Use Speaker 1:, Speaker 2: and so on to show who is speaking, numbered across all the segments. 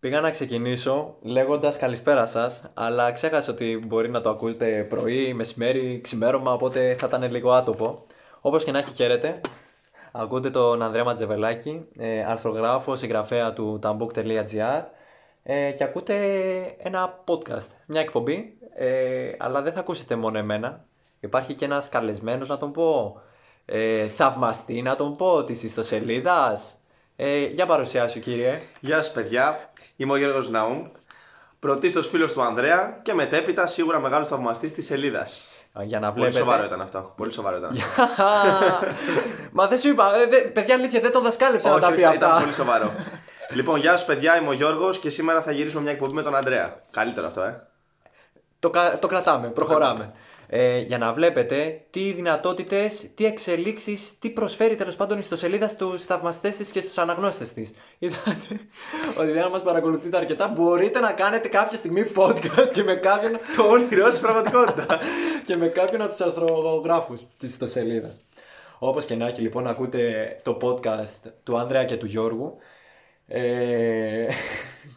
Speaker 1: Πήγα να ξεκινήσω λέγοντας καλησπέρα σας, αλλά ξέχασα ότι μπορεί να το ακούτε πρωί, μεσημέρι, ξημέρωμα, οπότε θα ήταν λίγο άτομο. Όπως και να έχει, χαίρετε. Ακούτε τον Ανδρέα Ματζεβελάκη, ε, αρθρογράφο, συγγραφέα του tambook.gr ε, και ακούτε ένα podcast, μια εκπομπή, ε, αλλά δεν θα ακούσετε μόνο εμένα. Υπάρχει και ένας καλεσμένος να τον πω, ε, θαυμαστή να τον πω, της ιστοσελίδας. Ε, για παρουσιάσου κύριε.
Speaker 2: Γεια σας, παιδιά. Είμαι ο Γιώργος Ναούμ. Πρωτίστως φίλος του Ανδρέα και μετέπειτα σίγουρα μεγάλος θαυμαστής της σελίδας.
Speaker 1: Για να
Speaker 2: Πολύ
Speaker 1: βλέπετε.
Speaker 2: σοβαρό ήταν αυτό. Πολύ σοβαρό ήταν. αυτό.
Speaker 1: Μα δεν σου είπα, ε, δε- παιδιά αλήθεια δεν τον δασκάλεψα να τα πει
Speaker 2: ήταν,
Speaker 1: αυτά.
Speaker 2: ήταν πολύ σοβαρό. λοιπόν, γεια σας, παιδιά. Είμαι ο Γιώργος και σήμερα θα γυρίσουμε μια εκπομπή με τον Ανδρέα. Καλύτερο αυτό, ε.
Speaker 1: Το, κα- το κρατάμε, προχωράμε. Ε, για να βλέπετε τι δυνατότητες, τι εξελίξεις, τι προσφέρει τέλος πάντων η ιστοσελίδα στους θαυμαστές της και στους αναγνώστες της. Είδατε ότι δεν μας παρακολουθείτε αρκετά, μπορείτε να κάνετε κάποια στιγμή podcast και με κάποιον,
Speaker 2: Το όνειρό σου πραγματικότητα.
Speaker 1: και με κάποιον από τους αρθρογράφους της ιστοσελίδας. Όπως και να έχει λοιπόν ακούτε το podcast του Άνδρεα και του Γιώργου. Ε,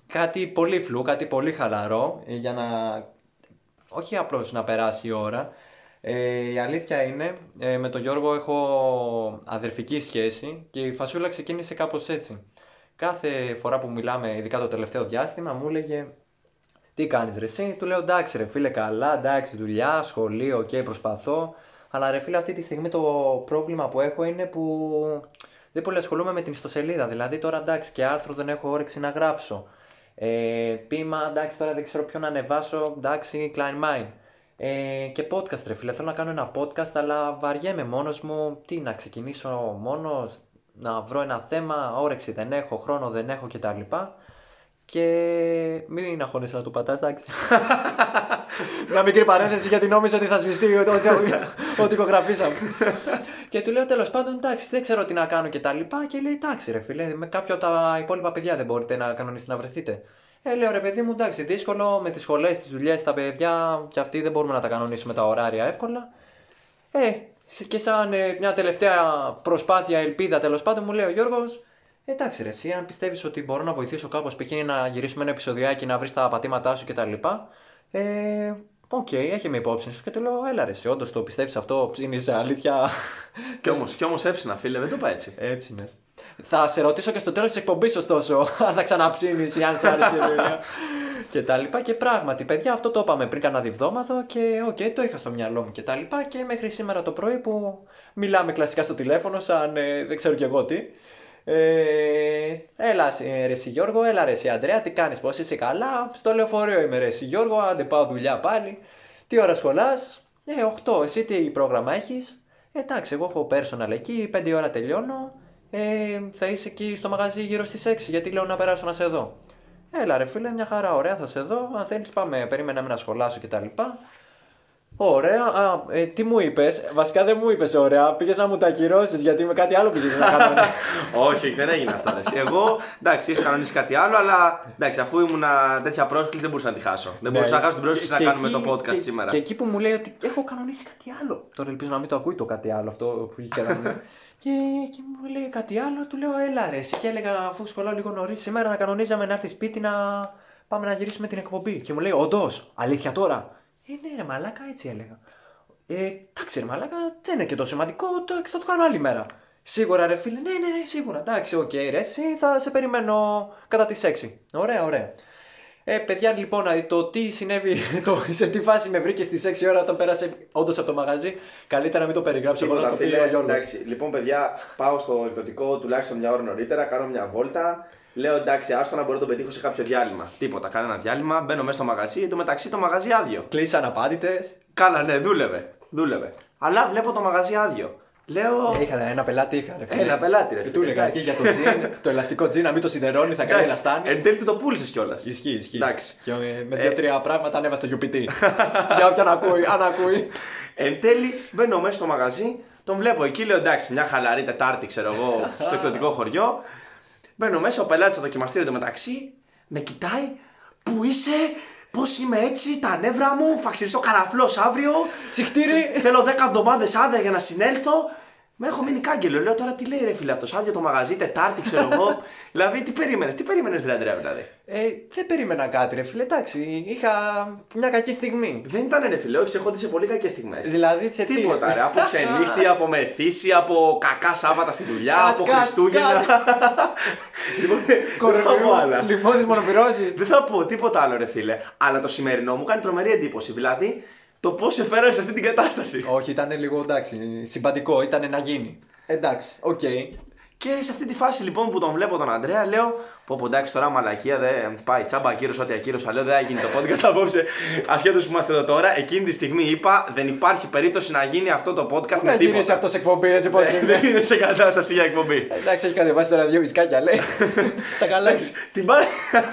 Speaker 1: κάτι πολύ φλού, κάτι πολύ χαλαρό ε, για να... Όχι απλώς να περάσει η ώρα. Ε, η αλήθεια είναι, ε, με τον Γιώργο έχω αδερφική σχέση και η φασούλα ξεκίνησε κάπως έτσι. Κάθε φορά που μιλάμε, ειδικά το τελευταίο διάστημα, μου έλεγε τι κάνεις, ρε εσύ, του λέω εντάξει, ρε φίλε, καλά, εντάξει, δουλειά, σχολείο, οκ, προσπαθώ. Αλλά ρε φίλε, αυτή τη στιγμή το πρόβλημα που έχω είναι που δεν πολύ ασχολούμαι με την ιστοσελίδα. Δηλαδή τώρα εντάξει, και άρθρο δεν έχω όρεξη να γράψω. Ε, πείμα, εντάξει, τώρα δεν ξέρω ποιο να ανεβάσω, εντάξει, Klein Mind. Ε, και podcast, ρε φίλε, θέλω να κάνω ένα podcast, αλλά βαριέμαι μόνος μου. Τι, να ξεκινήσω μόνος, να βρω ένα θέμα, όρεξη δεν έχω, χρόνο δεν έχω κτλ. Και μην αγχώνεσαι να του πατάς, εντάξει. Μια μικρή παρένθεση γιατί νόμιζα ότι θα σβηστεί ό,τι, ό,τι- ό,τι ηχογραφήσαμε. και του λέω τέλος πάντων, εντάξει, δεν ξέρω τι να κάνω και τα λοιπά. Και λέει, εντάξει, ρε φίλε, με κάποιο από τα υπόλοιπα παιδιά δεν μπορείτε να κανονίσετε να βρεθείτε. Ε, λέω ρε παιδί μου, εντάξει, δύσκολο με τις σχολές, τις δουλειές, τα παιδιά και αυτοί δεν μπορούμε να τα κανονίσουμε τα ωράρια εύκολα. Ε, και σαν ε, μια τελευταία προσπάθεια, ελπίδα τέλος πάντων, μου λέει ο Γιώργος, εντάξει, ρε, εσύ, αν πιστεύεις ότι μπορώ να βοηθήσω κάπως, π.χ. να γυρίσουμε ένα επεισοδιάκι, να βρεις τα πατήματά σου κτλ. Ε, οκ, έχει με υπόψη σου και του λέω, έλα ρε, εσύ, όντως το πιστεύεις αυτό, ψήνεις αλήθεια.
Speaker 2: κι όμως, κι όμως έψηνα, φίλε, δεν το πάει έτσι.
Speaker 1: Έψινες. Θα σε ρωτήσω και στο τέλος της εκπομπής, ωστόσο, αν θα ξαναψήνεις ή αν σε άρεσε η ιδέα. και τα λοιπά. Και πράγματι, παιδιά, αυτό το είπαμε πριν κανένα διβδόμαδο και οκ, το είχα στο μυαλό μου και τα λοιπά. Και μέχρι σήμερα το πρωί που μιλάμε κλασικά στο τηλέφωνο, σαν ε, δεν ξέρω κι εγώ τι. Ε, έλα ε, ρε εσύ Γιώργο, έλα ρε εσύ Αντρέα, τι κάνεις, πώς είσαι καλά, στο λεωφορείο είμαι ρε εσύ Γιώργο, άντε πάω δουλειά πάλι, τι ώρα σχολάς, ε 8, εσύ τι πρόγραμμα έχεις, «Ε, εντάξει εγώ έχω personal εκεί, 5 ώρα τελειώνω, ε, θα είσαι εκεί στο μαγαζί γύρω στις 6 γιατί λέω να περάσω να σε δω. Έλα ρε φίλε, μια χαρά, ωραία, θα σε δω. Αν θέλεις, πάμε. Περίμενα με να σχολάσω κτλ. Ωραία. Α, ε, τι μου είπες, Βασικά δεν μου είπες, ωραία. Πήγες να μου τα ακυρώσεις γιατί με κάτι άλλο πήγε να κάνω. ναι.
Speaker 2: Όχι, δεν έγινε αυτό. ρε. Εγώ, εντάξει, είχα κανονίσει κάτι άλλο, αλλά εντάξει, αφού ήμουνα τέτοια πρόσκληση δεν μπορούσα να τη χάσω. Δεν μπορούσα να χάσω την πρόσκληση
Speaker 1: Ναι. Και-
Speaker 2: να
Speaker 1: και
Speaker 2: κάνουμε το
Speaker 1: εκεί-
Speaker 2: podcast
Speaker 1: και-
Speaker 2: σήμερα.
Speaker 1: Και εκεί που μου λέει ότι έχω κανονίσει κάτι άλλο. Τώρα ελπίζω να μην το ακούει το κάτι άλλο αυτό που είχε κανονίσει. και, και μου λέει κάτι άλλο, του λέω έλα ρε. Εσύ και έλεγα αφού σχολάω λίγο νωρίς σήμερα να κανονίζαμε να έρθεις σπίτι να πάμε να γυρίσουμε την εκπομπή. Και μου λέει όντως, αλήθεια τώρα. Ε, ναι, ρε, μαλάκα έτσι έλεγα. Ε, εντάξει, ρε Μαλάκα, δεν είναι και τόσο σημαντικό, το, θα το κάνω άλλη μέρα. Σίγουρα, ρε φίλε, ναι, ναι, ναι, σίγουρα. Εντάξει, οκ, ρε, εσύ θα σε περιμένω κατά τις 6. Ωραία, ωραία. Ε, παιδιά, λοιπόν, α, το τι συνέβη, το, σε τι φάση με βρήκες στις 6 ώρα όταν πέρασε όντως από το μαγαζί, καλύτερα να μην το περιγράψω εγώ να
Speaker 2: Τίποτα,
Speaker 1: το πει
Speaker 2: Λοιπόν, φίλε.
Speaker 1: ο Γιώργος.
Speaker 2: Εντάξει, λοιπόν, παιδιά, πάω στο εκδοτικό τουλάχιστον μια ώρα νωρίτερα, κάνω μια βόλτα. Λέω εντάξει, άστο να μπορώ να τον πετύχω σε κάποιο διάλειμμα. Τίποτα, κανένα διάλειμμα. Μπαίνω μέσα στο μαγαζί. Εν τω μεταξύ το μαγαζί άδειο.
Speaker 1: Κλείσαν απάντητε.
Speaker 2: Καλά, ναι, δούλευε. Δούλευε. Αλλά βλέπω το μαγαζί άδειο. Λέω.
Speaker 1: Ε, Είχα ένα πελάτη, είχα. Ρε, φίλε.
Speaker 2: Ένα πελάτη, ρε.
Speaker 1: Και
Speaker 2: φίλε,
Speaker 1: Του έλεγα εκεί
Speaker 2: εντάξει.
Speaker 1: για το τζιν, το ελαστικό τζιν, να μην το σιδερώνει, θα κάνει ένα
Speaker 2: Εντάξει, Ε,
Speaker 1: στάνι.
Speaker 2: Εν τέλει του το πούλησες κιόλας.
Speaker 1: Ισχύει, ισχύει.
Speaker 2: Εντάξει.
Speaker 1: Και ε, με δύο-τρία πράγματα ανέβασε το UPT. Για όποιον ακούει, αν ακούει.
Speaker 2: Εν τέλει μπαίνω μέσα στο μαγαζί, τον βλέπω εκεί, λέω εντάξει, μια χαλαρή Τετάρτη, ξέρω εγώ, στο εκδοτικό χωριό. Μπαίνω μέσα, ο πελάτης στο δοκιμαστήριο το μεταξύ, με κοιτάει, Πού είσαι, Πώς είμαι έτσι, τα νεύρα μου, θα ξυριστώ καραφλός αύριο.
Speaker 1: Συχτήρι!
Speaker 2: Θέλω 10 εβδομάδες άδεια για να συνέλθω. Με έχω μείνει κάγκελο. Λέω τώρα τι λέει ρε φίλε αυτός. Άδεια το μαγαζί, Τετάρτη ξέρω εγώ. δηλαδή τι περίμενες, τι περίμενες ρε Αντρέα δηλαδή.
Speaker 1: Ε, δεν περίμενα κάτι, ρε φίλε. Εντάξει, είχα μια κακή στιγμή.
Speaker 2: Δεν ήταν ρε φίλε, όχι, έχω δει σε πολύ κακές στιγμές.
Speaker 1: Δηλαδή, σε τι-
Speaker 2: Τίποτα ρε. Από ξενύχτη, από μεθύση, από κακά Σάββατα στη δουλειά,
Speaker 1: Κάτι,
Speaker 2: από
Speaker 1: κάτι,
Speaker 2: Χριστούγεννα. Λοιπόν, δεν θα πω άλλα.
Speaker 1: Κορονοϊό, λιμόνι μονοπυρώσεις.
Speaker 2: Δεν θα πω τίποτα άλλο ρε φίλε. Αλλά το σημερινό μου κάνει τρομερή εντύπωση. Δηλαδή το πώς σε φέρανε σε αυτή την κατάσταση.
Speaker 1: Όχι, ήταν λίγο εντάξει. Συμπαντικό, ήταν να γίνει. Εντάξει, οκ.
Speaker 2: Και σε αυτή τη φάση λοιπόν που τον βλέπω τον Αντρέα, λέω: Πω πω εντάξει τώρα μαλακία δεν πάει. Τσάμπα ακύρωσα, ό,τι ακύρωσα. Λέω: Δεν θα γίνει το podcast απόψε. Ασχέτως που είμαστε εδώ τώρα, εκείνη τη στιγμή είπα: Δεν υπάρχει περίπτωση να γίνει αυτό το podcast
Speaker 1: Να
Speaker 2: με
Speaker 1: γυρίσει
Speaker 2: τίποτα. Ναι,
Speaker 1: αυτό ναι. σε εκπομπή, έτσι πώς είναι.
Speaker 2: Δεν είναι σε κατάσταση για εκπομπή.
Speaker 1: Εντάξει, έχει κατεβάσει τώρα δύο βισκάκια, λέει. Στα καλά.
Speaker 2: Εντάξει, την, πά...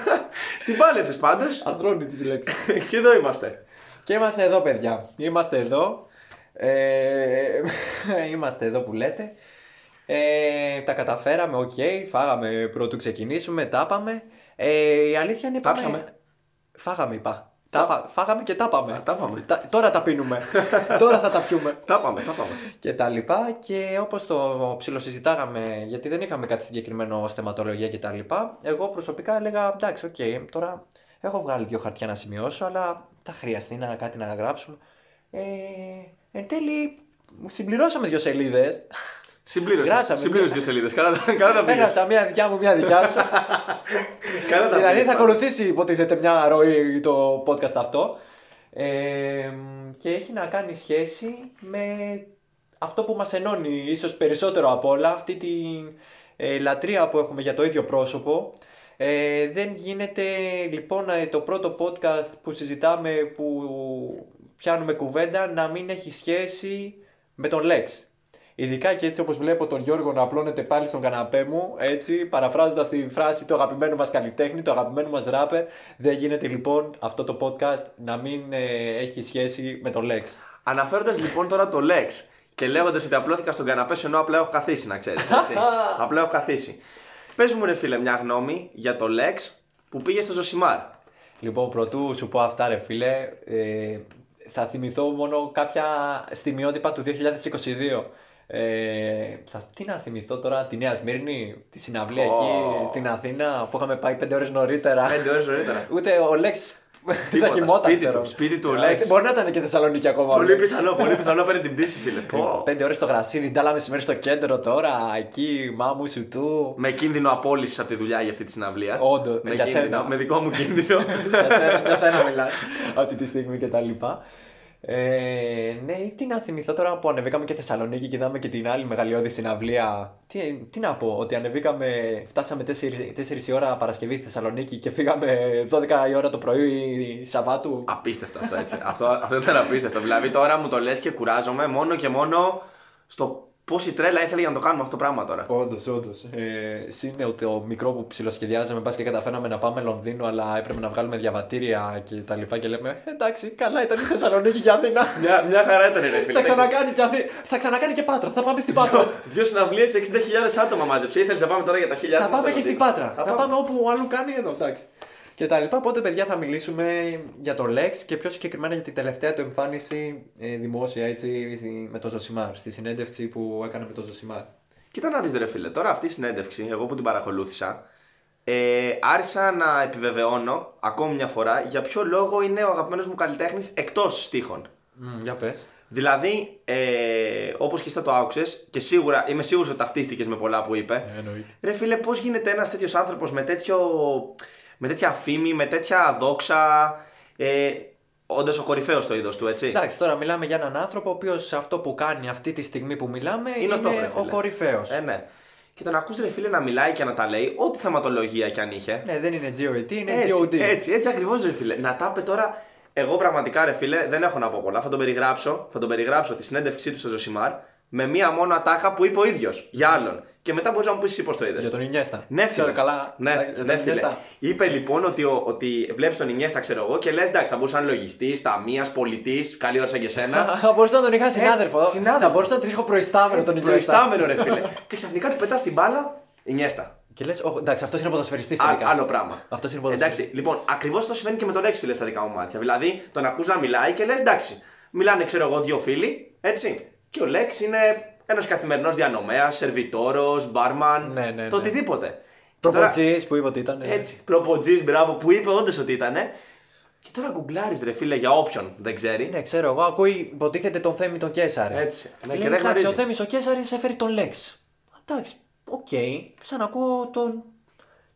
Speaker 2: την πάλεψες πάντως.
Speaker 1: Αρθρώνει τι λέξεις.
Speaker 2: και εδώ είμαστε.
Speaker 1: Και είμαστε εδώ, παιδιά. Είμαστε εδώ. Ε, είμαστε εδώ που λέτε. Ε, τα καταφέραμε, οκ. Φάγαμε πρωτού ξεκινήσουμε, τα πάμε. Ε, η αλήθεια είναι πάμε-
Speaker 2: Τάψαμε.
Speaker 1: Φάγαμε, είπα. Τα... πα- Φάγαμε και τα πάμε.
Speaker 2: τα πάμε.
Speaker 1: Τα- Τώρα τα πίνουμε. τώρα θα τα πιούμε.
Speaker 2: Τα πάμε, τα πάμε.
Speaker 1: και τα λοιπά και όπως το ψιλοσυζητάγαμε γιατί δεν είχαμε κάτι συγκεκριμένο ως θεματολογία και τα λοιπά εγώ προσωπικά έλεγα εντάξει οκ τώρα έχω βγάλει δύο χαρτιά να σημειώσω αλλά θα χρειαστεί να κάτι να γράψουμε ε, εν τέλει συμπληρώσαμε δύο σελίδες
Speaker 2: Συμπλήρωσες.
Speaker 1: Γράψαμε. ναι.
Speaker 2: Συμπλήρωσε δύο σελίδες. Καλά, τα- καλά τα πήγε.
Speaker 1: έγραψα μία δικιά μου μία δικιά σου
Speaker 2: Καλά τα
Speaker 1: δηλαδή
Speaker 2: πήγες,
Speaker 1: θα
Speaker 2: πάντως.
Speaker 1: ακολουθήσει υποτίθεται μια ροή το podcast αυτό. Ε, και έχει να κάνει σχέση με αυτό που μας ενώνει ίσως περισσότερο απ' όλα, αυτή τη ε, λατρεία που έχουμε για το ίδιο πρόσωπο. Ε, δεν γίνεται λοιπόν ε, το πρώτο podcast που συζητάμε, που πιάνουμε κουβέντα, να μην έχει σχέση με τον Λέξ. Ειδικά και έτσι όπως βλέπω τον Γιώργο να απλώνεται πάλι στον καναπέ μου, έτσι, παραφράζοντας τη φράση του αγαπημένου μας καλλιτέχνη, του αγαπημένου μας ράπερ, δεν γίνεται λοιπόν αυτό το podcast να μην ε, έχει σχέση με τον Λέξ.
Speaker 2: Αναφέροντας λοιπόν τώρα το Lex και λέγοντας ότι απλώθηκα στον καναπέ σου, ενώ απλά έχω καθίσει, να ξέρεις. απλά έχω καθίσει. Πες μου, ρε φίλε, μια γνώμη για το Lex που πήγε στο Ζωσιμάρ.
Speaker 1: Λοιπόν, πρωτού σου πω αυτά ρε φίλε, ε, θα θυμηθώ μόνο κάποια στιγμιότυπα του 2022. Ε, θα, τι να θυμηθώ τώρα, τη Νέα Σμύρνη, τη συναυλία
Speaker 2: Ω.
Speaker 1: εκεί, την Αθήνα που είχαμε πάει 5 ώρες νωρίτερα.
Speaker 2: Πέντε ώρες νωρίτερα.
Speaker 1: Ούτε ο Λέξ δεν
Speaker 2: Τίποτα,
Speaker 1: κοιμόταν.
Speaker 2: σπίτι
Speaker 1: ξέρω.
Speaker 2: του, σπίτι του ο
Speaker 1: Ε,
Speaker 2: Λέξ.
Speaker 1: Μπορεί να ήταν και Θεσσαλονίκη ακόμα. ο
Speaker 2: πολύ
Speaker 1: Λέξ.
Speaker 2: πιθανό, πολύ πιθανό παίρνει την πτήση, φίλε. Πω.
Speaker 1: Πέντε ώρες στο γρασίδι, ντάλα μεσημέρι στο κέντρο τώρα, εκεί, μάμου σου του.
Speaker 2: με κίνδυνο απόλυσης από τη δουλειά για αυτή τη συναυλία.
Speaker 1: Όντως,
Speaker 2: με,
Speaker 1: για
Speaker 2: κίνδυνο,
Speaker 1: σένα.
Speaker 2: με δικό μου κίνδυνο.
Speaker 1: για σένα, για σένα μιλάει αυτή τη στιγμή και τα λοιπά. Ε, ναι, ή τι να θυμηθώ τώρα που ανεβήκαμε και Θεσσαλονίκη και είδαμε και την άλλη μεγαλειώδη συναυλία. Τι, τι να πω, ότι ανεβήκαμε, φτάσαμε 4, 4 η ώρα Παρασκευή στη Θεσσαλονίκη και φύγαμε 12 η ώρα το πρωί Σαββάτου.
Speaker 2: Απίστευτο αυτό έτσι. αυτό, αυτό ήταν απίστευτο. Δηλαδή τώρα μου το λες και κουράζομαι μόνο και μόνο στο πόση τρέλα ήθελε για να το κάνουμε αυτό το πράγμα τώρα.
Speaker 1: Όντως, όντως. Ε, Συν ότι το μικρό που ψιλοσχεδιάζαμε, πα και καταφέραμε να πάμε Λονδίνο, αλλά έπρεπε να βγάλουμε διαβατήρια και τα λοιπά. Και λέμε, «Ε, εντάξει, καλά ήταν η Θεσσαλονίκη και η Αθήνα.
Speaker 2: Μια, μια χαρά ήταν, ρε
Speaker 1: θα,
Speaker 2: φίλε.
Speaker 1: ξανακάνει και Αθή... θα ξανακάνει και Πάτρα. Θα πάμε στην Πάτρα.
Speaker 2: Δύο συναυλίε 60.000 άτομα μάζεψε. Ήθελες να πάμε τώρα για τα 1000
Speaker 1: θα πάμε και στην Πάτρα.
Speaker 2: Θα
Speaker 1: Θα πάμε όπου αλλού κάνει εδώ, εντάξει. Και τα λοιπά. Οπότε, παιδιά, θα μιλήσουμε για το Lex και πιο συγκεκριμένα για την τελευταία του εμφάνιση ε, δημόσια έτσι, στη- με τον Ζωσιμάρ. Στη συνέντευξη που έκανε με τον Ζωσιμάρ.
Speaker 2: Κοίτα να δεις, ρε φίλε. Τώρα αυτή η συνέντευξη, εγώ που την παρακολούθησα, ε, άρχισα να επιβεβαιώνω ακόμη μια φορά για ποιο λόγο είναι ο αγαπημένος μου καλλιτέχνης εκτός στίχων.
Speaker 1: Μμ, για πες.
Speaker 2: Δηλαδή, ε, όπως και στα το άκουσες, και σίγουρα είμαι σίγουρος ότι ταυτίστηκες με πολλά που είπε.
Speaker 1: Εννοείται.
Speaker 2: Ρε φίλε, πώς γίνεται ένας τέτοιος άνθρωπος με, τέτοιο, με τέτοια φήμη, με τέτοια δόξα, ε, όντας ο κορυφαίος στο είδος του, έτσι.
Speaker 1: Εντάξει, τώρα μιλάμε για έναν άνθρωπο ο οποίος αυτό που κάνει αυτή τη στιγμή που μιλάμε είναι,
Speaker 2: Είναι ο top, ρε φίλε.
Speaker 1: ο κορυφαίος.
Speaker 2: Ε, ναι. Και τον ακούς ρε φίλε να μιλάει και να τα λέει, ό,τι θεματολογία κι αν είχε.
Speaker 1: Ναι, δεν είναι GOET, είναι
Speaker 2: έτσι,
Speaker 1: GOD.
Speaker 2: έτσι, έτσι ακριβώς ρε φίλε. Να τα είπε τώρα, εγώ πραγματικά ρε φίλε δεν έχω να πω πολλά, θα τον περιγράψω, θα τον περιγράψω τη συνέντευξή του στο Ζωσιμάρ με μία μόνο ατάκα που είπε ο ίδιος για άλλον. Και μετά μπορείς να μου πεις εσύ πώς το είδες.
Speaker 1: Για τον Ινιέστα.
Speaker 2: Ναι, φίλε.
Speaker 1: Ξέρω καλά.
Speaker 2: Ναι,
Speaker 1: για τον
Speaker 2: ναι, φίλε.
Speaker 1: Ινιέστα.
Speaker 2: Είπε λοιπόν ότι, ο- ότι βλέπεις τον Ινιέστα, ξέρω εγώ, και λες: Εντάξει, θα μπορούσε να είναι λογιστής, ταμείας, πολιτής, καλή ώρα σαν και σένα.
Speaker 1: Θα μπορούσα να τον είχα συνάδελφο.
Speaker 2: συνάδελφο.
Speaker 1: Θα μπορούσα να τον είχα προϊστάμενο τον
Speaker 2: Έτσι,
Speaker 1: Ινιέστα.
Speaker 2: προϊστάμενο, ρε φίλε. και ξαφνικά του πετάς την μπάλα, Ινιέστα.
Speaker 1: Και λες, εντάξει, αυτός είναι ποδοσφαιριστή
Speaker 2: Α-
Speaker 1: τελικά.
Speaker 2: άλλο πράγμα.
Speaker 1: Αυτός είναι ποδοσφαιριστής.
Speaker 2: Εντάξει, λοιπόν, ακριβώς το συμβαίνει και με τον Λέξ, φίλε, στα δικά μου μάτια. Δηλαδή, τον ακούς να μιλάει και λες: Εντάξει, μιλάνε, ξέρω εγώ, δύο φίλοι, έτσι. Και ο Λέξ είναι Ένας καθημερινός διανομέας, σερβιτόρος, μπάρμαν,
Speaker 1: Ναι, ναι, ναι.
Speaker 2: το οτιδήποτε.
Speaker 1: Προποτζή που είπε ότι ήταν. ε.
Speaker 2: Έτσι. Προποτζή, μπράβο, που είπε όντως ότι ήταν. Και τώρα γκουγκλάρεις ρε φίλε για όποιον δεν ξέρει.
Speaker 1: Ναι, ξέρω εγώ. Ακούει, υποτίθεται τον Θέμη τον Κέσαρη.
Speaker 2: Έτσι. Ναι,
Speaker 1: Λέει,
Speaker 2: και δεν
Speaker 1: εντάξει, ο
Speaker 2: γνωρίζει.
Speaker 1: Θέμης ο Κέσαρης έφερε τον Λέξ. Εντάξει, οκ. Ξανακούω τον.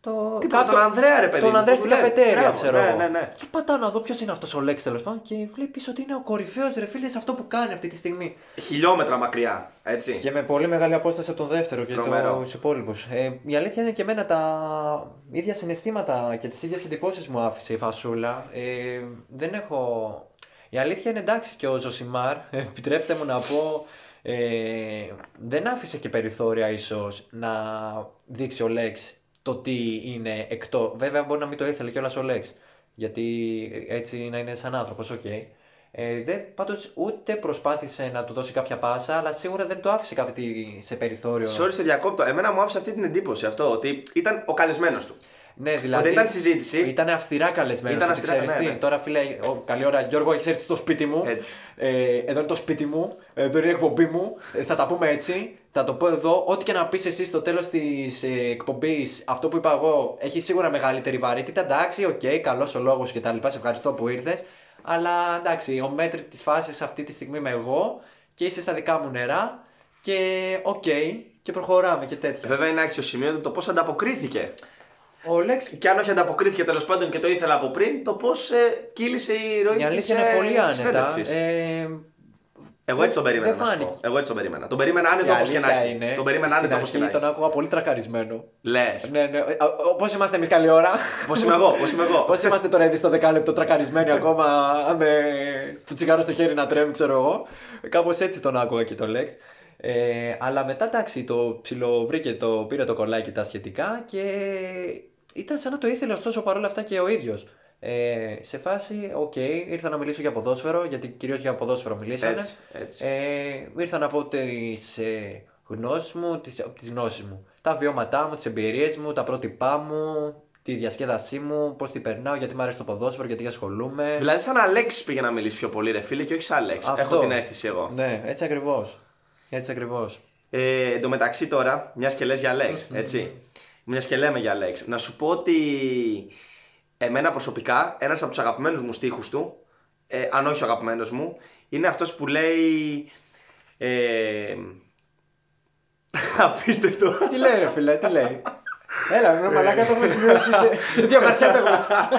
Speaker 1: Το...
Speaker 2: Τίποτα, τον Ανδρέα, ρε παιδί
Speaker 1: Τον
Speaker 2: μου,
Speaker 1: Ανδρέα
Speaker 2: που
Speaker 1: στην
Speaker 2: δουλεύει.
Speaker 1: καφετέρια,
Speaker 2: Μπράβο,
Speaker 1: ξέρω
Speaker 2: ναι,
Speaker 1: εγώ.
Speaker 2: ναι, ναι.
Speaker 1: Και πατάω να δω ποιος είναι αυτός ο Λέξ τέλος πάντων και βλέπεις ότι είναι ο κορυφαίος ρε φίλε σε αυτό που κάνει αυτή τη στιγμή.
Speaker 2: Χιλιόμετρα μακριά. Έτσι.
Speaker 1: Και με πολύ μεγάλη απόσταση από τον δεύτερο και
Speaker 2: Τρομερό.
Speaker 1: τους υπόλοιπους. Ε, η αλήθεια είναι και εμένα τα ίδια συναισθήματα και τις ίδιες εντυπώσεις μου άφησε η φασούλα. Ε, δεν έχω. Η αλήθεια είναι εντάξει και ο Ζωσιμάρ, επιτρέψτε μου να πω, ε, δεν άφησε και περιθώρια ίσως να δείξει ο Λέξ το τι είναι εκτό. Βέβαια μπορεί να μην το ήθελε κιόλας ο Λέξ. Γιατί έτσι να είναι σαν άνθρωπος, οκ. Ε, δεν, πάντως ούτε προσπάθησε να του δώσει κάποια πάσα, αλλά σίγουρα δεν το άφησε κάτι σε περιθώριο.
Speaker 2: Sorry, σε διακόπτω. Εμένα μου άφησε αυτή την εντύπωση αυτό ότι ήταν ο καλεσμένος του.
Speaker 1: Ναι, δηλαδή.
Speaker 2: Ότι ήταν συζήτηση.
Speaker 1: Ήταν αυστηρά καλεσμένος.
Speaker 2: Ήταν αυστηρά, ναι, ναι.
Speaker 1: Τώρα, φίλε, ο, καλή ώρα, Γιώργο, έχεις έρθει στο σπίτι μου.
Speaker 2: Έτσι.
Speaker 1: Ε, εδώ είναι το σπίτι μου. Εδώ είναι η εκπομπή μου. Ε, θα τα πούμε έτσι. Θα το πω εδώ. Ό,τι και να πεις εσύ στο τέλος της ε, εκπομπής, αυτό που είπα εγώ έχει σίγουρα μεγαλύτερη βαρύτητα. Εντάξει, οκ, καλός ο λόγος κτλ. Σε ευχαριστώ που ήρθες. Αλλά εντάξει, ο μέτρη της φάσης αυτή τη στιγμή είμαι εγώ και είσαι στα δικά μου νερά. Και οκ, και προχωράμε και τέτοια.
Speaker 2: Βέβαια είναι αξιοσημείωτο το πώς ανταποκρίθηκε.
Speaker 1: Ο Λέξ
Speaker 2: Και αν όχι ανταποκρίθηκε τέλος πάντων και το ήθελα από πριν, το πώς ε, κύλησε η ροή
Speaker 1: Η
Speaker 2: της,
Speaker 1: αλήθεια είναι
Speaker 2: ε,
Speaker 1: πολύ άνετα.
Speaker 2: συνέντευξης.
Speaker 1: Ε,
Speaker 2: Εγώ έτσι
Speaker 1: δεν
Speaker 2: τον περίμενα. Να σου πω.
Speaker 1: φάνηκε.
Speaker 2: Εγώ έτσι τον περίμενα. Τον περίμενα άνετο
Speaker 1: η
Speaker 2: όπως και να
Speaker 1: αλήθεια
Speaker 2: έχει.
Speaker 1: είναι,
Speaker 2: Τον περίμενα
Speaker 1: στην
Speaker 2: άνετο όπως και να
Speaker 1: αρχή Τον
Speaker 2: έχει.
Speaker 1: άκουγα πολύ τρακαρισμένο.
Speaker 2: Λες.
Speaker 1: Ναι, ναι. Πώς είμαστε εμείς καλή ώρα.
Speaker 2: Πώς είμαι εγώ, πώς είμαι εγώ.
Speaker 1: Πώς είμαστε τώρα εμεί στο δεκάλεπτο τρακαρισμένοι ακόμα με το τσιγάρο στο χέρι να τρέμει, ξέρω εγώ. Κάπως έτσι τον άκουγα και τον Λέξ. Ε, αλλά μετά εντάξει, το ψιλοβρήκε, το πήρε το κολλάκι τα σχετικά και ήταν σαν να το ήθελε ωστόσο παρόλα αυτά και ο ίδιος. Ε, σε φάση, οκ, ήρθα να μιλήσω για ποδόσφαιρο, γιατί κυρίως για ποδόσφαιρο μιλήσανε.
Speaker 2: Έτσι, έτσι.
Speaker 1: Ε, ήρθα να πω τις ε, γνώσεις μου, τις, τις γνώσεις μου. Τα βιώματά μου, τις εμπειρίες μου, τα πρότυπά μου, τη διασκέδασή μου, πώς την περνάω, γιατί μου αρέσει το ποδόσφαιρο, γιατί ασχολούμαι.
Speaker 2: Δηλαδή, σαν Αλέξης πήγε να μιλήσει πιο πολύ, ρε φίλε, και όχι σαν Αλέξη.
Speaker 1: Αυτό.
Speaker 2: Έχω την αίσθηση εγώ.
Speaker 1: Ναι, έτσι ακριβώς. Έτσι ακριβώς.
Speaker 2: Ε, εν τω μεταξύ τώρα, μιας και λες για Λέξ, έτσι. Μιας και λέμε για Λέξ, να σου πω ότι εμένα προσωπικά ένας από τους αγαπημένους μου στίχους του, ε, αν όχι ο αγαπημένος μου, είναι αυτός που λέει. Ε, απίστευτο.
Speaker 1: τι λέει, ρε φίλε, τι λέει. Έλα, ρε μαλάκα, το έχουμε σημειώσει σε, σε δύο χαρτιά τα γνωστά.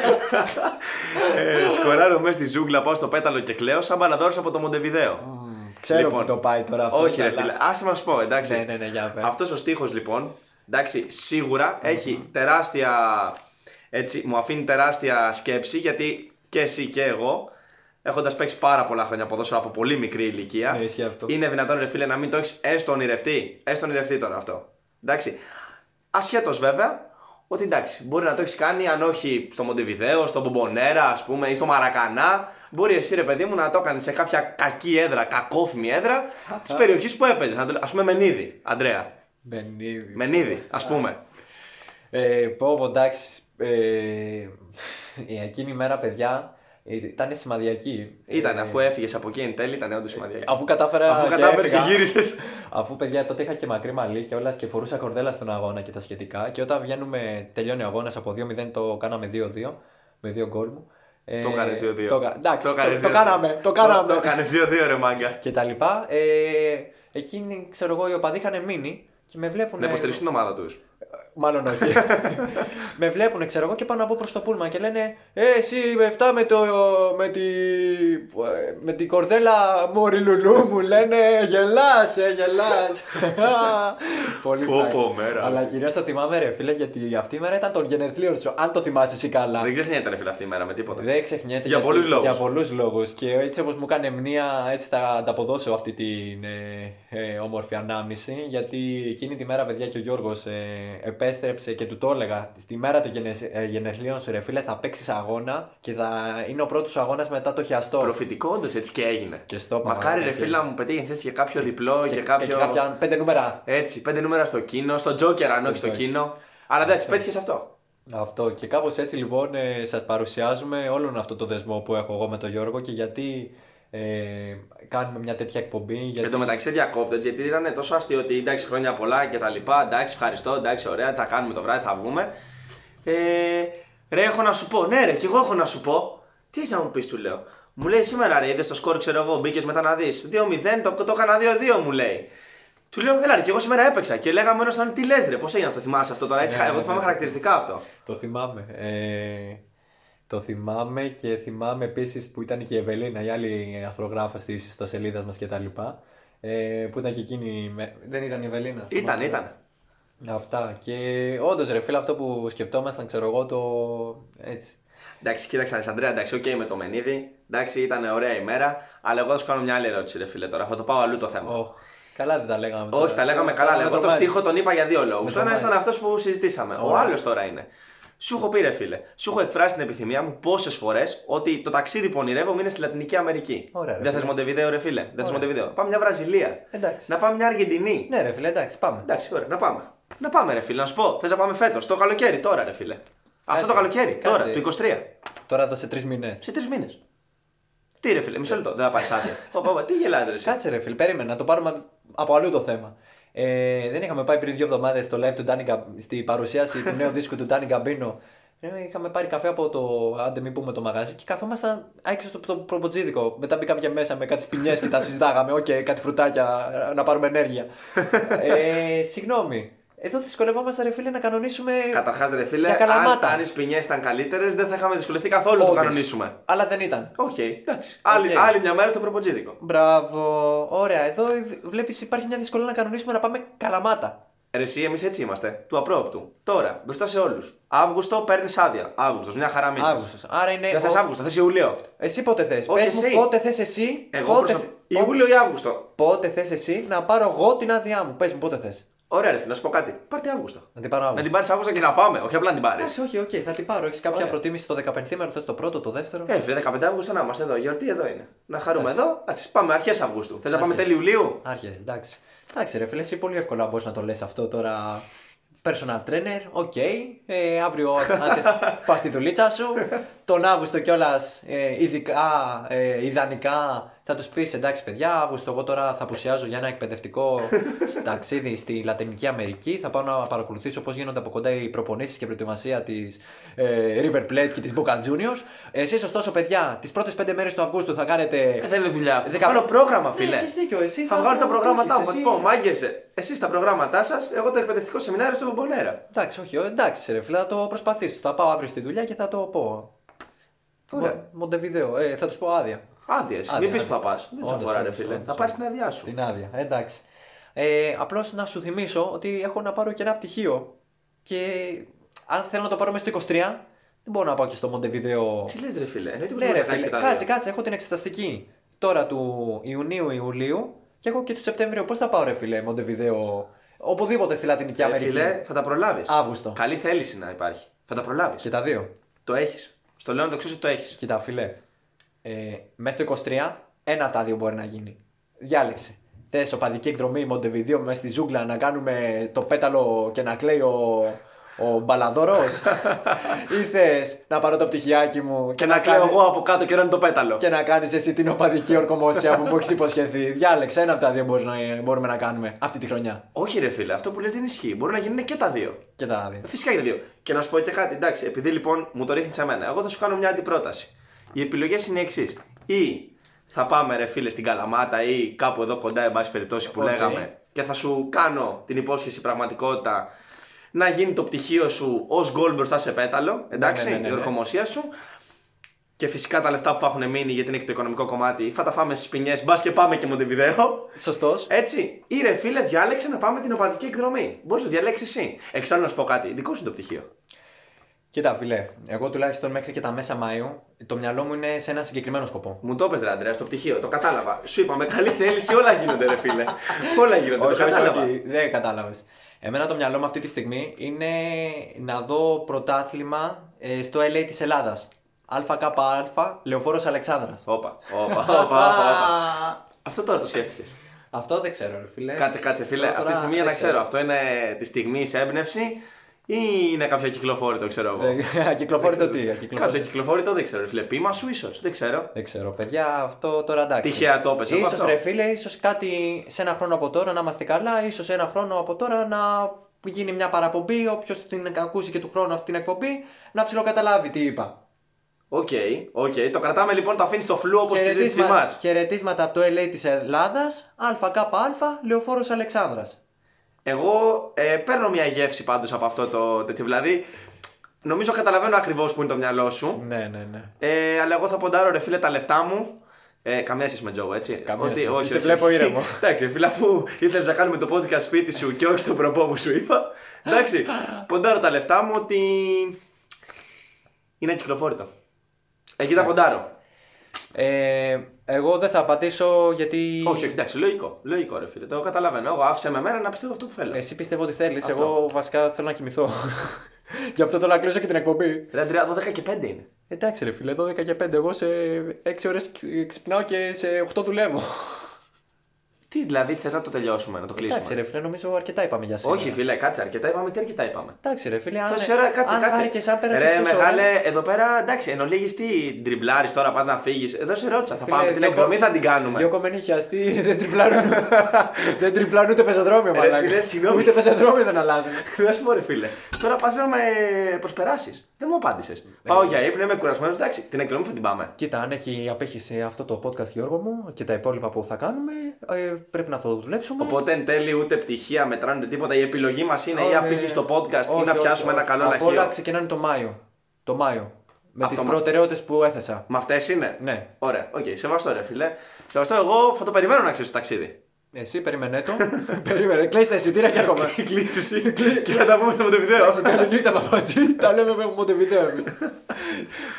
Speaker 2: ε, σκοράρω μέσα στη ζούγκλα, πάω στο πέταλο και κλαίω, σαν παραδόρος από το Μοντεβιδέο.
Speaker 1: Ξέρω
Speaker 2: Λοιπόν,
Speaker 1: που το πάει τώρα αυτό.
Speaker 2: όχι, ρε
Speaker 1: αλλά-
Speaker 2: φίλε, άσε να σου πω, εντάξει.
Speaker 1: Ναι, ναι, ναι, για πες.
Speaker 2: Αυτός ο στίχος λοιπόν, εντάξει, σίγουρα έχει τεράστια. Έτσι, μου αφήνει τεράστια σκέψη γιατί και εσύ και εγώ, έχοντας παίξει πάρα πολλά χρόνια ποδόσφαιρο από πολύ μικρή ηλικία,
Speaker 1: Ναι, ισχύει αυτό.
Speaker 2: είναι δυνατόν ρε φίλε να μην το έχεις έστω ονειρευτεί. Έστω ονειρευτεί τώρα αυτό. Εντάξει. Ασχέτως βέβαια ότι εντάξει, μπορεί να το έχεις κάνει αν όχι στο Μοντεβιδέο, στο Μπομπονέρα, ας πούμε, ή στο Μαρακανά. Μπορεί εσύ, ρε παιδί μου, να το έκανες σε κάποια κακή έδρα, κακόφημη έδρα της περιοχής που έπαιζες. Ας πούμε, Μενίδη, Αντρέα.
Speaker 1: Μπενίδη.
Speaker 2: Μενίδη, ας πούμε.
Speaker 1: Ε, πω, πω, εντάξει. Ε, εκείνη η μέρα, παιδιά, ήταν σημαδιακή.
Speaker 2: Ήταν,
Speaker 1: Ε,
Speaker 2: αφού έφυγες από εκεί εν τέλει, ήταν όντω σημαντικό.
Speaker 1: αφού κατάφερα
Speaker 2: Αφού κατάφερες και
Speaker 1: έφυγα.
Speaker 2: γύρισες.
Speaker 1: Αφού, παιδιά, τότε είχα και μακρύ μαλλί και όλα και φορούσα κορδέλα στον αγώνα και τα σχετικά. Και όταν βγαίνουμε, τελειώνει ο αγώνας από 2-0, το κάναμε 2-2 με δύο γκολ μου. Ε,
Speaker 2: Το έκανε 2-2.
Speaker 1: Το, κα- εντάξει, το,
Speaker 2: έκανες
Speaker 1: το
Speaker 2: 2-2.
Speaker 1: κάναμε, το κάναμε.
Speaker 2: Το έκανε 2-2, ρε μάγκα.
Speaker 1: Και τα λοιπά. Ε, εκείνοι, ξέρω εγώ, οι οπαδοί είχαν μείνει και με βλέπουν.
Speaker 2: Να υποστηρίξουν την ομάδα τους.
Speaker 1: Μάλλον όχι. με βλέπουν, ξέρω εγώ, και πάω να μπω προς το πούλμα και λένε Ε, εσύ με αυτά με, το, με, τη, με την κορδέλα Μωρή Λουλού μου λένε Γελάς, ε, γελάς. Πολύ
Speaker 2: Πω,
Speaker 1: πλάκα.
Speaker 2: πω, μέρα.
Speaker 1: Αλλά κυρίως το θυμάμαι, ρε φίλε, γιατί αυτή η μέρα ήταν των γενεθλίων σου. Αν το θυμάσαι εσύ καλά.
Speaker 2: Δεν ξεχνιέται, ρε φίλε, αυτή η μέρα με τίποτα.
Speaker 1: Δεν ξεχνιέται.
Speaker 2: Για πολλούς λόγους.
Speaker 1: Για πολλούς λόγους. Και έτσι όπως μου κάνει μνήμα, έτσι θα ανταποδώσω αυτή την ε, ε, όμορφη ανάμνηση. Γιατί εκείνη τη μέρα, παιδιά, και ο Γιώργος ε, επέστρεψε και του το έλεγα. Στη μέρα των γενεσ- ε, γενεθλίων σου, ρε φίλε, θα παίξεις αγώνα και θα είναι ο πρώτος αγώνας μετά το χιαστό.
Speaker 2: Προφητικό όντως έτσι και έγινε.
Speaker 1: Και στο είπαμε,
Speaker 2: Μακάρι ρε
Speaker 1: και-
Speaker 2: φίλε να μου πετύχεις έτσι και κάποιο διπλό και,
Speaker 1: και
Speaker 2: κάποιο.
Speaker 1: κάποια πέντε νούμερα.
Speaker 2: Έτσι, πέντε νούμερα στο κίνο, στο τζόκερ αν όχι στο
Speaker 1: Joker.
Speaker 2: κίνο. Αλλά εντάξει, πέτυχες αυτό.
Speaker 1: Αυτό. Και κάπως έτσι λοιπόν ε, σας παρουσιάζουμε όλον αυτό το δεσμό που έχω εγώ με τον Γιώργο και γιατί ε, ε, κάνουμε μια τέτοια εκπομπή.
Speaker 2: Εν
Speaker 1: Γιατί...
Speaker 2: τω μεταξύ διακόπτεται γιατί ήταν τόσο αστείο ότι εντάξει χρόνια πολλά και τα λοιπά. Εντάξει, ευχαριστώ, εντάξει, ωραία, τα κάνουμε το βράδυ, θα βγούμε. Ε, ρε, έχω να σου πω, ναι, ρε, κι εγώ έχω να σου πω. Τι έχει να μου πεις, του λέω. Μου λέει σήμερα ρε, είδες το σκορ, ξέρω εγώ, μπήκες μετά να δεις. 2-0, το, το έκανα 2-2, μου λέει. Του λέω, έλα, ρε, κι εγώ σήμερα έπαιξα. Και λέγαμε ένας στον τι λες, ρε, πώς έγινε αυτό, θυμάσαι αυτό τώρα, έτσι.
Speaker 1: Ναι,
Speaker 2: εγώ
Speaker 1: ναι,
Speaker 2: θυμάμαι
Speaker 1: ναι.
Speaker 2: χαρακτηριστικά αυτό.
Speaker 1: Το θυμάμαι. Ε, το θυμάμαι και θυμάμαι επίσης που ήταν και η Ευελίνα, η άλλη αθρογράφα της ιστοσελίδας μας κτλ. Ε, που ήταν και εκείνη. με- Δεν ήταν η Ευελίνα.
Speaker 2: Ήταν,
Speaker 1: θυμάμαι.
Speaker 2: ήταν.
Speaker 1: Αυτά. Και όντως, ρε φίλε, αυτό που σκεφτόμασταν, ξέρω εγώ, το. Έτσι.
Speaker 2: Εντάξει, κοίταξε να δεις, Αντρέα, εντάξει, οκ με το Μενίδη. Εντάξει, ήταν ωραία ημέρα. Αλλά εγώ θα σου κάνω μια άλλη ερώτηση, ρε φίλε τώρα. Θα το πάω αλλού το θέμα.
Speaker 1: Οχ, καλά δεν τα λέγαμε. τώρα.
Speaker 2: Όχι, τα λέγαμε καλά.
Speaker 1: Τώρα με
Speaker 2: αλλά Εγώ το
Speaker 1: τρομάζει.
Speaker 2: στίχο τον είπα για δύο λόγους.
Speaker 1: ε, Με
Speaker 2: Ο ένας
Speaker 1: τρομάζει.
Speaker 2: ήταν αυτός που συζητήσαμε. Ο
Speaker 1: Ωραία.
Speaker 2: άλλος τώρα είναι. Σου έχω πει, ρε φίλε, σου έχω εκφράσει την επιθυμία μου πόσες φορές ότι το ταξίδι που ονειρεύομαι είναι στη Λατινική Αμερική.
Speaker 1: Ωραία, ρε
Speaker 2: Δεν θες
Speaker 1: φίλε.
Speaker 2: Μοντεβιδέο, ρε φίλε. Δεν θες
Speaker 1: Ωραία.
Speaker 2: Μοντεβιδέο. Πάμε μια Βραζιλία.
Speaker 1: Εντάξει.
Speaker 2: Να πάμε μια Αργεντινή.
Speaker 1: Ναι, ρε φίλε, εντάξει, πάμε.
Speaker 2: Εντάξει, ωραία, να πάμε. Να πάμε, ρε φίλε, να σου πω. Θες να πάμε φέτος, το καλοκαίρι τώρα, ρε φίλε. Αυτό το καλοκαίρι,
Speaker 1: Κάτσε.
Speaker 2: τώρα, το 23.
Speaker 1: Τώρα δώσε τρεις μήνες.
Speaker 2: Σε τρεις μήνες. Τι ρε φίλε, μισό
Speaker 1: Ε.
Speaker 2: λεπτό, δεν θα πάρεις άδεια. Ωπα, ωπα, τι γελάς ρε εσύ.
Speaker 1: Κάτσε ρε φίλε, περίμενα, να το πάρουμε από αλλού το θέμα. Ε, δεν είχαμε πάει πριν δύο εβδομάδες στο live του Ντάνι Γκαμ- στη παρουσίαση του νέου δίσκου του Ντάνι Γκαμπίνο. Ε, είχαμε πάρει καφέ από το άντε μην πούμε το μαγαζί και καθόμασταν έξω στο το προποτζίδικο. Μετά μπήκαμε και μέσα με κάτι σπινιές και τα συζητάγαμε. Οκ, κάτι φρουτάκια ε, να πάρουμε ενέργεια. ε, συγγνώμη. Εδώ δυσκολευόμαστε ρε φίλε να κανονίσουμε.
Speaker 2: Καταρχάς, ρε φίλε,
Speaker 1: Για
Speaker 2: αν,
Speaker 1: καλαμάτα.
Speaker 2: αν οι σπινιές ήταν καλύτερες, δεν θα είχαμε δυσκολευτεί καθόλου να το
Speaker 1: Όντως.
Speaker 2: κανονίσουμε.
Speaker 1: Αλλά δεν ήταν.
Speaker 2: Οκ, εντάξει. Άλλη,
Speaker 1: Οκ.
Speaker 2: άλλη μια μέρα στο προποτζίδικο.
Speaker 1: Μπράβο. Ωραία. Εδώ βλέπεις υπάρχει μια δυσκολία να κανονίσουμε να πάμε καλαμάτα.
Speaker 2: Ρε, εσύ, εμείς έτσι είμαστε. Του απρόπτου. Τώρα, μπροστά σε όλους. Αύγουστο παίρνεις άδεια. Αύγουστος, Ε, μια χαρά μήνα.
Speaker 1: Αύγουστος. Άρα είναι.
Speaker 2: Δεν
Speaker 1: ο-
Speaker 2: θες Αύγουστο, θες Ιούλιο.
Speaker 1: Εσύ πότε θες,
Speaker 2: Όχι
Speaker 1: Πες μου
Speaker 2: εσύ.
Speaker 1: πότε θες εσύ.
Speaker 2: Εγώ
Speaker 1: πότε,
Speaker 2: προσωπ...
Speaker 1: πότε-
Speaker 2: Ιούλιο ή Αύγουστο.
Speaker 1: πότε θες εσύ να πάρω εγώ την άδειά μου. Πες μου πότε θες.
Speaker 2: Ωραία, ρε φίλε, να σου πω κάτι. Πάρτε Αύγουστο.
Speaker 1: Να την πάρω αύριο.
Speaker 2: Να την πάρεις Αύγουστο και να πάμε. Όχι απλά να την πάρεις.
Speaker 1: Εντάξει, όχι, οκ, θα την πάρω. Έχεις κάποια
Speaker 2: Ωραία.
Speaker 1: προτίμηση στο 15 μέρο, θες το πρώτο, το δεύτερο.
Speaker 2: Ε, φίλε, 15 Αυγούστου να είμαστε εδώ. Γιορτή εδώ είναι. Να χαρούμε
Speaker 1: Εντάξει.
Speaker 2: εδώ. Εντάξει, πάμε αρχές Αυγούστου. Θες να πάμε
Speaker 1: Αρχές.
Speaker 2: τέλη Ιουλίου.
Speaker 1: Άρχισε, εντάξει. Εντάξει, ρε φίλε, εσύ πολύ εύκολα μπορείς να το λες αυτό τώρα. Personal trainer, οκ. Ε, αύριο άντε πας στη δουλίτσα σου. Τον Αύγουστο κιόλας, ε, ειδικά, ε, ιδανικά, θα τους πεις εντάξει, παιδιά, Αύγουστο, εγώ τώρα θα απουσιάζω για ένα εκπαιδευτικό σ- ταξίδι στη Λατινική Αμερική. Θα πάω να παρακολουθήσω πώς γίνονται από κοντά οι προπονήσεις και προετοιμασία της ε, River Plate και της Boca Juniors. Εσείς, ωστόσο, παιδιά, τις πρώτες πέντε μέρες του Αυγούστου θα κάνετε.
Speaker 2: Ε, δεν είναι δουλειά αυτό. Θα
Speaker 1: Δεκα-
Speaker 2: κάνω πρόγραμμα, φίλε.
Speaker 1: Ναι, έχεις δίκιο, εσύ.
Speaker 2: Θα βγάλω τα προγράμματά μου. Θα
Speaker 1: έχεις,
Speaker 2: του
Speaker 1: εσύ.
Speaker 2: πω, μάγκεσαι. Εσείς τα προγράμματά σας, εγώ το εκπαιδευτικό σεμινάριο στον Μπομπονέρα.
Speaker 1: Εντάξει, όχι, ε, εντάξει, ρε φίλε, θα το προσπαθήσω. Θα πάω αύριο στη δουλειά και θα το πω.
Speaker 2: Ωραία.
Speaker 1: Μο- Μοντεβιδέο, ε, θα τους πω άδεια.
Speaker 2: Άδειε.
Speaker 1: Άδεια,
Speaker 2: Μην πει που
Speaker 1: άδεια.
Speaker 2: θα πα. Δεν σου
Speaker 1: Όντως,
Speaker 2: αφορά, ρε
Speaker 1: όντως,
Speaker 2: φίλε.
Speaker 1: όντως,
Speaker 2: Θα πάρεις την άδειά σου.
Speaker 1: Την άδεια, εντάξει. Ε, Απλώς να σου θυμίσω ότι έχω να πάρω και ένα πτυχίο και αν θέλω να το πάρω μέσα στο 23, δεν μπορώ να πάω και στο Μοντεβιδέο.
Speaker 2: Τι λες, ρε φίλε. Εννοείται πω
Speaker 1: Ναι, ρε
Speaker 2: δεν κάνει
Speaker 1: φίλε,
Speaker 2: και τα
Speaker 1: κάτσε,
Speaker 2: δύο.
Speaker 1: κάτσε, έχω την εξεταστική τώρα του Ιουνίου-Ιουλίου και έχω και του Σεπτέμβριου. Πώς θα πάω, ρε φίλε, Μοντεβιδέο, οπουδήποτε στη Λατινική
Speaker 2: Ρε
Speaker 1: Αμερική.
Speaker 2: Ε, φίλε, θα τα προλάβεις.
Speaker 1: Αύγουστο.
Speaker 2: Καλή θέληση να υπάρχει. Θα τα
Speaker 1: Και
Speaker 2: προλάβει.
Speaker 1: τα δύο.
Speaker 2: Το έχεις. Στο λέω να το ξέρω ότι το έχεις.
Speaker 1: Κοίτα, φίλε. Ε, μέσα στο 23, ένα από τα δύο μπορεί να γίνει. Διάλεξε. Θες οπαδική εκδρομή Μοντεβιδίου μέσα στη ζούγκλα να κάνουμε το πέταλο και να κλαίει ο, ο Μπαλαδόρος. ή θες να πάρω το πτυχιάκι μου
Speaker 2: Και να κλαίω
Speaker 1: κάνω-
Speaker 2: εγώ από κάτω και να είναι το πέταλο.
Speaker 1: και να κάνεις εσύ την οπαδική ορκομοσία που μου έχεις υποσχεθεί. Διάλεξε. Ένα από τα δύο μπορείς να, μπορούμε να κάνουμε αυτή τη χρονιά.
Speaker 2: Όχι, ρε φίλε, αυτό που λες δεν ισχύει. Μπορεί να γίνουν και τα δύο.
Speaker 1: Και τα δύο.
Speaker 2: Φυσικά και τα δύο. Και να σου πω και κάτι, εντάξει, επειδή λοιπόν μου το ρίχνεις σε μένα, εγώ θα σου κάνω μια αντιπρόταση. Οι επιλογές είναι οι εξής. Ή θα πάμε ρε φίλε στην Καλαμάτα ή κάπου εδώ κοντά, εν πάση περιπτώσει που
Speaker 1: Οκ.
Speaker 2: λέγαμε, και θα σου κάνω την υπόσχεση πραγματικότητα να γίνει το πτυχίο σου ως γκολ μπροστά σε πέταλο, εντάξει,
Speaker 1: ναι, ναι, ναι,
Speaker 2: η
Speaker 1: ναι.
Speaker 2: ορκομοσία σου. Και φυσικά τα λεφτά που θα έχουν μείνει, γιατί είναι και το οικονομικό κομμάτι, θα τα φάμε στις ποινιέ, μπας και πάμε και Μοντεβιδέο.
Speaker 1: Σωστό.
Speaker 2: Ε. Έτσι, ή ρε φίλε, διάλεξε να πάμε την οπαδική εκδρομή. Μπορείς να το διαλέξεις εσύ. Εξάλλου να σου πω κάτι, δικό σου είναι το πτυχίο.
Speaker 1: Κοίτα, φίλε. Εγώ τουλάχιστον μέχρι και τα μέσα Μαΐου το μυαλό μου είναι σε ένα συγκεκριμένο σκοπό.
Speaker 2: Μου το έπαιζε, ρε Αντρέα, στο πτυχίο, το κατάλαβα. Σου είπα με καλή θέληση, όλα γίνονται, ρε φίλε. όλα γίνονται, το
Speaker 1: όχι, όχι,
Speaker 2: κατάλαβα.
Speaker 1: όχι, δεν κατάλαβες. Εμένα το μυαλό μου αυτή τη στιγμή είναι να δω πρωτάθλημα ε, στο LA της Ελλάδας. ΑΚΑ Λεωφόρος Αλεξάνδρας.
Speaker 2: Όπα, όπα, όπα, όπα, όπα. Αυτό τώρα το σκέφτηκες.
Speaker 1: Αυτό δεν ξέρω, ρε φίλε.
Speaker 2: Κάτσε, κάτσε, φίλε.
Speaker 1: Ε, Τώρα,
Speaker 2: Αυτή τη στιγμή για να
Speaker 1: δεν
Speaker 2: ξέρω. Αυτό είναι τη στιγμή έμπνευση. Ή είναι κάποιο ακυκλοφόρητο, ξέρω εγώ.
Speaker 1: Ε, Ακυκλοφόρητο τι.
Speaker 2: Κάποιο
Speaker 1: ακυκλοφόρητο.
Speaker 2: ακυκλοφόρητο δεν ξέρω. ρε Φίλε, πείμα σου ίσως. Δεν ξέρω.
Speaker 1: Δεν ξέρω, παιδιά, αυτό τώρα εντάξει.
Speaker 2: Τυχαία το έπεσε από
Speaker 1: Ίσως,
Speaker 2: αυτό.
Speaker 1: ρε φίλε, ίσως κάτι σε ένα χρόνο από τώρα να είμαστε καλά, ίσως ένα χρόνο από τώρα να γίνει μια παραπομπή, όποιος την ακούσει και του χρόνου αυτή την εκπομπή, να ψιλοκαταλάβει τι είπα.
Speaker 2: Οκ, οκ. Το κρατάμε λοιπόν, το αφήνει στο φλου όπως η συζήτησή μας.
Speaker 1: χαιρετίσματα από το LA της Ελλάδας, ΑΚΑ, Λεωφόρος Αλεξάνδρας.
Speaker 2: Εγώ ε, παίρνω μια γεύση πάντως από αυτό το τέτοιο. Δηλαδή, νομίζω καταλαβαίνω ακριβώς που είναι το μυαλό σου.
Speaker 1: Ναι, ναι, ναι.
Speaker 2: Ε, αλλά εγώ θα ποντάρω ρε φίλε τα λεφτά μου. Ε, καμία σχέση με Τζόγο, έτσι.
Speaker 1: Καμία σχέση. Σε βλέπω ήρεμο.
Speaker 2: Εντάξει, φίλε, αφού ήθελες να κάνουμε το podcast σπίτι σου και όχι στον προπό που σου είπα. Εντάξει, ποντάρω τα λεφτά μου ότι. Είναι ακυκλοφόρητο. Εκεί
Speaker 1: Ναι.
Speaker 2: τα ποντάρω.
Speaker 1: Ε, εγώ δεν θα απαντήσω γιατί...
Speaker 2: Όχι, όχι, εντάξει, λογικό. Λογικό, ρε φίλε. Το καταλαβαίνω. Εγώ άφησα με μένα να πιστεύω αυτό που θέλω.
Speaker 1: Εσύ πιστεύω ότι θέλεις,
Speaker 2: Αυτό.
Speaker 1: εγώ βασικά θέλω να κοιμηθώ. Γι' αυτό θέλω να κλείσω και την εκπομπή.
Speaker 2: Ρε Αντρέα, 12 και 5 είναι.
Speaker 1: Εντάξει ρε φίλε, 12 και 5, εγώ σε 6 ώρες ξυπνάω και σε 8 δουλεύω.
Speaker 2: Τι δηλαδή θες να το τελειώσουμε, να το κλείσουμε.
Speaker 1: Εντάξει ρε φίλε, νομίζω αρκετά είπαμε για σήμερα.
Speaker 2: όχι, φίλε, κάτσε, αρκετά είπαμε. Τι αρκετά είπαμε.
Speaker 1: Εντάξει ρε φίλε, αν, ε,
Speaker 2: Τόση ώρα κάτσε,
Speaker 1: αν
Speaker 2: κάτσε.
Speaker 1: χάρηκες, αν πέρασες
Speaker 2: Ρε,
Speaker 1: τόσο
Speaker 2: μεγάλε,
Speaker 1: ωραία,
Speaker 2: εδώ πέρα εντάξει, εν ολίγης τι τριμπλάρεις τώρα, πας να φύγεις. Εδώ σε ρώτησα, θα
Speaker 1: Φίλε,
Speaker 2: πάμε την
Speaker 1: δύο
Speaker 2: εκδρομή,
Speaker 1: κο-
Speaker 2: θα την κάνουμε.
Speaker 1: Δυο κομμένοι χιαστοί δεν τριπλάρουν, δεν τριπλάρουν ούτε πεζοδρόμιο
Speaker 2: Ρε,
Speaker 1: μαλάκα.
Speaker 2: φίλε, συγγνώμη.
Speaker 1: Ούτε πεζοδρόμιο δεν αλλάζουν.
Speaker 2: Να σου πω, ρε φίλε, τώρα πας να με προσπεράσεις. Δεν μου απάντησες.
Speaker 1: Ε,
Speaker 2: Πάω για ύπνο, είμαι κουρασμένος, εντάξει, την εκδρομή θα την πάμε.
Speaker 1: Κοίτα, αν έχει απέχει αυτό το podcast Γιώργο μου και τα υπόλοιπα που θα κάνουμε, ε, πρέπει να το δουλέψουμε.
Speaker 2: Οπότε εν τέλει ούτε πτυχία μετράνε ούτε τίποτα. Η επιλογή μας είναι ή
Speaker 1: Όχι,
Speaker 2: απήχη στο podcast ή
Speaker 1: Ε, όχι,
Speaker 2: να
Speaker 1: όχι,
Speaker 2: πιάσουμε
Speaker 1: όχι.
Speaker 2: ένα καλό
Speaker 1: Απ' Όλα
Speaker 2: λαχείο.
Speaker 1: ξεκινάνε το Μάιο. Το Μάιο. Με
Speaker 2: Από
Speaker 1: τις
Speaker 2: το Μα-
Speaker 1: προτεραιότητες που έθεσα.
Speaker 2: Με αυτές είναι.
Speaker 1: Ναι.
Speaker 2: Ωραία, οκ, σεβαστό ρε φίλε. Σεβαστό, εγώ θα το περιμένω να ξέρεις το ταξίδι.
Speaker 1: Εσύ περίμενε το. περίμενε. Κλείσει τα εισιτήρια και έρχομαι.
Speaker 2: Κλείσει και θα τα πούμε στο Μοντεβιδέο.
Speaker 1: Καληνύχτα, παπατζή. Τα λέμε με Μοντεβιδέο εμείς.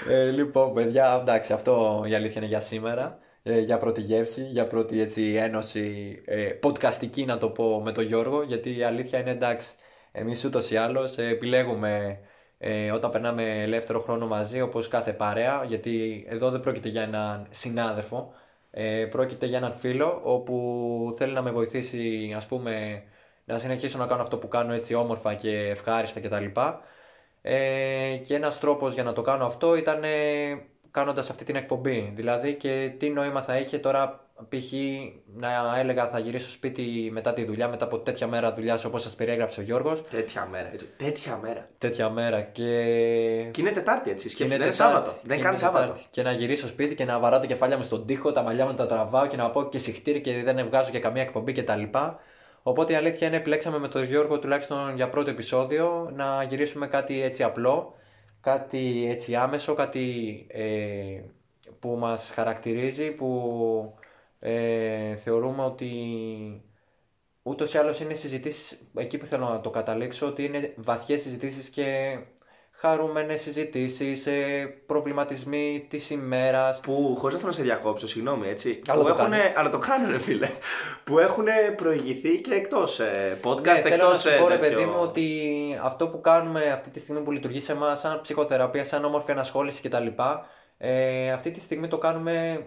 Speaker 1: ε, λοιπόν, παιδιά, εντάξει, αυτό η αλήθεια είναι για σήμερα. Ε, για πρώτη γεύση, για πρώτη έτσι, ένωση ε, podcastική να το πω με τον Γιώργο. Γιατί η αλήθεια είναι εντάξει, εμείς ούτως ή άλλως ε, επιλέγουμε ε, όταν περνάμε ελεύθερο χρόνο μαζί, όπως κάθε παρέα, γιατί εδώ δεν πρόκειται για έναν συνάδελφο, ε, πρόκειται για έναν φίλο όπου θέλει να με βοηθήσει, ας πούμε, να συνεχίσω να κάνω αυτό που κάνω έτσι όμορφα και ευχάριστα κτλ. Ε, και ένας τρόπος για να το κάνω αυτό ήταν ε, κάνοντας αυτή την εκπομπή. Δηλαδή και τι νόημα θα είχε τώρα π.χ. να έλεγα θα γυρίσω σπίτι μετά τη δουλειά, μετά από τέτοια μέρα δουλειάς όπως σας περιέγραψε ο Γιώργος.
Speaker 2: Τέτοια μέρα. έτσι, Τέτοια μέρα.
Speaker 1: Τέτοια μέρα και...
Speaker 2: Και είναι Τετάρτη έτσι. Σκέψτε, δεν είναι
Speaker 1: Τετάρτη.
Speaker 2: Σάββατο.
Speaker 1: Και
Speaker 2: Δεν
Speaker 1: είναι
Speaker 2: κάνει
Speaker 1: Τετάρτη.
Speaker 2: Σάββατο.
Speaker 1: Και να γυρίσω σπίτι και να βαράω τα κεφάλια μου στον τοίχο, τα μαλλιά μου να τα τραβάω και να πω και συχτήρι και δεν βγάζω για καμία εκπομπή κτλ. Οπότε η αλήθεια είναι επιλέξαμε με τον Γιώργο τουλάχιστον για πρώτο επεισόδιο να γυρίσουμε κάτι έτσι απλό, κάτι έτσι άμεσο, κάτι ε, που μας χαρακτηρίζει, που ε, θεωρούμε ότι ούτως ή άλλως είναι συζητήσεις. Εκεί που θέλω να το καταλήξω, ότι είναι βαθιές συζητήσεις και χαρούμενες συζητήσεις, προβληματισμοί της ημέρας.
Speaker 2: Που χωρίς να θέλω να σε διακόψω, συγγνώμη έτσι.
Speaker 1: Αλλά
Speaker 2: που
Speaker 1: το
Speaker 2: έχουνε- Αλλά το κάνουν, ρε φίλε. Που έχουν προηγηθεί και εκτός podcast, ε,
Speaker 1: Ναι,
Speaker 2: εκτό.
Speaker 1: θέλω να σου πω, ρε παιδί μου, ότι αυτό που κάνουμε αυτή τη στιγμή που λειτουργεί σε εμάς, σαν ψυχοθεραπεία, σαν όμορφη ανασχόληση κτλ. Ε, αυτή τη στιγμή το κάνουμε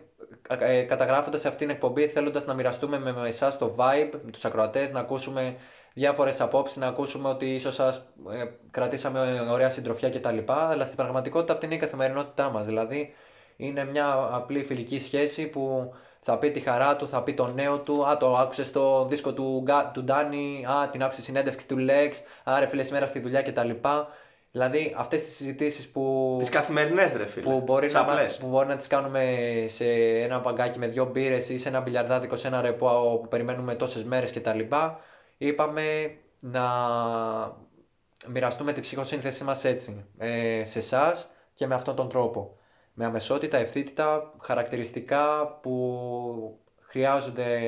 Speaker 1: ε, καταγράφοντας αυτήν την εκπομπή, θέλοντας να μοιραστούμε με, με εσάς το vibe, με τους ακροατές, να ακούσουμε διάφορες απόψεις, να ακούσουμε ότι ίσως σας κρατήσαμε ωραία συντροφιά κτλ. Αλλά στην πραγματικότητα αυτή είναι η καθημερινότητά μας. Δηλαδή, είναι μια απλή φιλική σχέση που θα πει τη χαρά του, θα πει το νέο του. Α, το άκουσες το δίσκο του, Γκα- του Ντάνι. Α, την άκουσες η συνέντευξη του Λέξ. Α, ρε φίλε, σήμερα στη δουλειά κτλ. Δηλαδή, αυτές τις συζητήσεις που,
Speaker 2: Τις καθημερινές, ρε φίλε.
Speaker 1: που, μπορεί
Speaker 2: Τις
Speaker 1: να,
Speaker 2: απλές.
Speaker 1: που μπορεί να τις κάνουμε σε ένα παγκάκι με δύο μπύρες ή σε ένα μπιλιαρδάδικο, σε ένα ρεπό που περιμένουμε τόσες μέρες κτλ. Είπαμε να μοιραστούμε τη ψυχοσύνθεσή μας έτσι, ε, σε εσάς και με αυτόν τον τρόπο. Με αμεσότητα, ευθύτητα, χαρακτηριστικά που χρειάζονται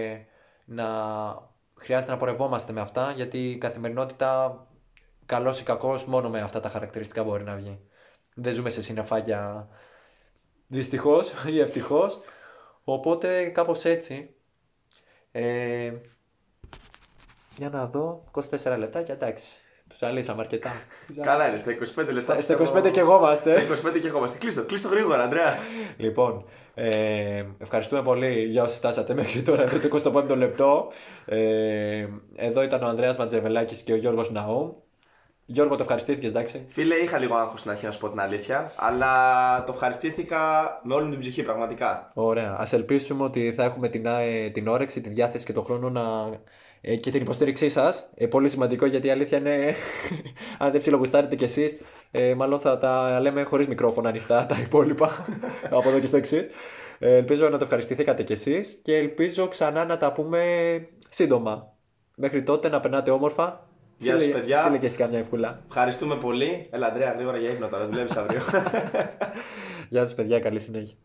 Speaker 1: να, χρειάζεται να πορευόμαστε με αυτά, γιατί η καθημερινότητα, καλός ή κακός, μόνο με αυτά τα χαρακτηριστικά μπορεί να βγει. Δεν ζούμε σε συνεφάκια, δυστυχώς ή ευτυχώς, οπότε κάπως έτσι. Ε, για να δω, 24 λεπτάκια, εντάξει. Τους αλύσαμε αρκετά.
Speaker 2: Καλά είναι, στα 25 λεπτά.
Speaker 1: Στα
Speaker 2: πιστεύω-
Speaker 1: 25 και εγώ ε. είμαστε.
Speaker 2: Στα 25 και εγώ είμαστε. Κλείστο, κλείστο γρήγορα, Αντρέα.
Speaker 1: Λοιπόν, ε, ευχαριστούμε πολύ για όσοι φτάσατε μέχρι τώρα εδώ το 25 λεπτό. Ε, εδώ ήταν ο Ανδρέας Ματζεβελάκης και ο Γιώργος Ναούμ. Γιώργο, το ευχαριστήθηκες, εντάξει.
Speaker 2: Φίλε, είχα λίγο άγχος στην αρχή να σου πω την αλήθεια, αλλά το ευχαριστήθηκα με όλη μου την ψυχή, πραγματικά.
Speaker 1: Ωραία. Ας ελπίσουμε ότι θα έχουμε την, ε, την όρεξη, τη διάθεση και τον χρόνο να. ε, και την υποστήριξή σας. Ε, πολύ σημαντικό γιατί η αλήθεια είναι. αν δεν ψιλογουστάρετε κι εσείς, ε, μάλλον θα τα λέμε χωρίς μικρόφωνα ανοιχτά τα υπόλοιπα. από εδώ και στο εξή. Ε, ελπίζω να το ευχαριστηθήκατε κι εσείς και ελπίζω ξανά να τα πούμε σύντομα. Μέχρι τότε να περνάτε όμορφα.
Speaker 2: Γεια σας,
Speaker 1: Στείλε-
Speaker 2: παιδιά.
Speaker 1: Στείλε και εσύ καμιά ευκούλα.
Speaker 2: Ευχαριστούμε πολύ. Έλα, Αντρέα, γρήγορα για ύπνο τώρα, δουλεύεις αύριο.
Speaker 1: Γεια σας, παιδιά. Καλή συνέχεια.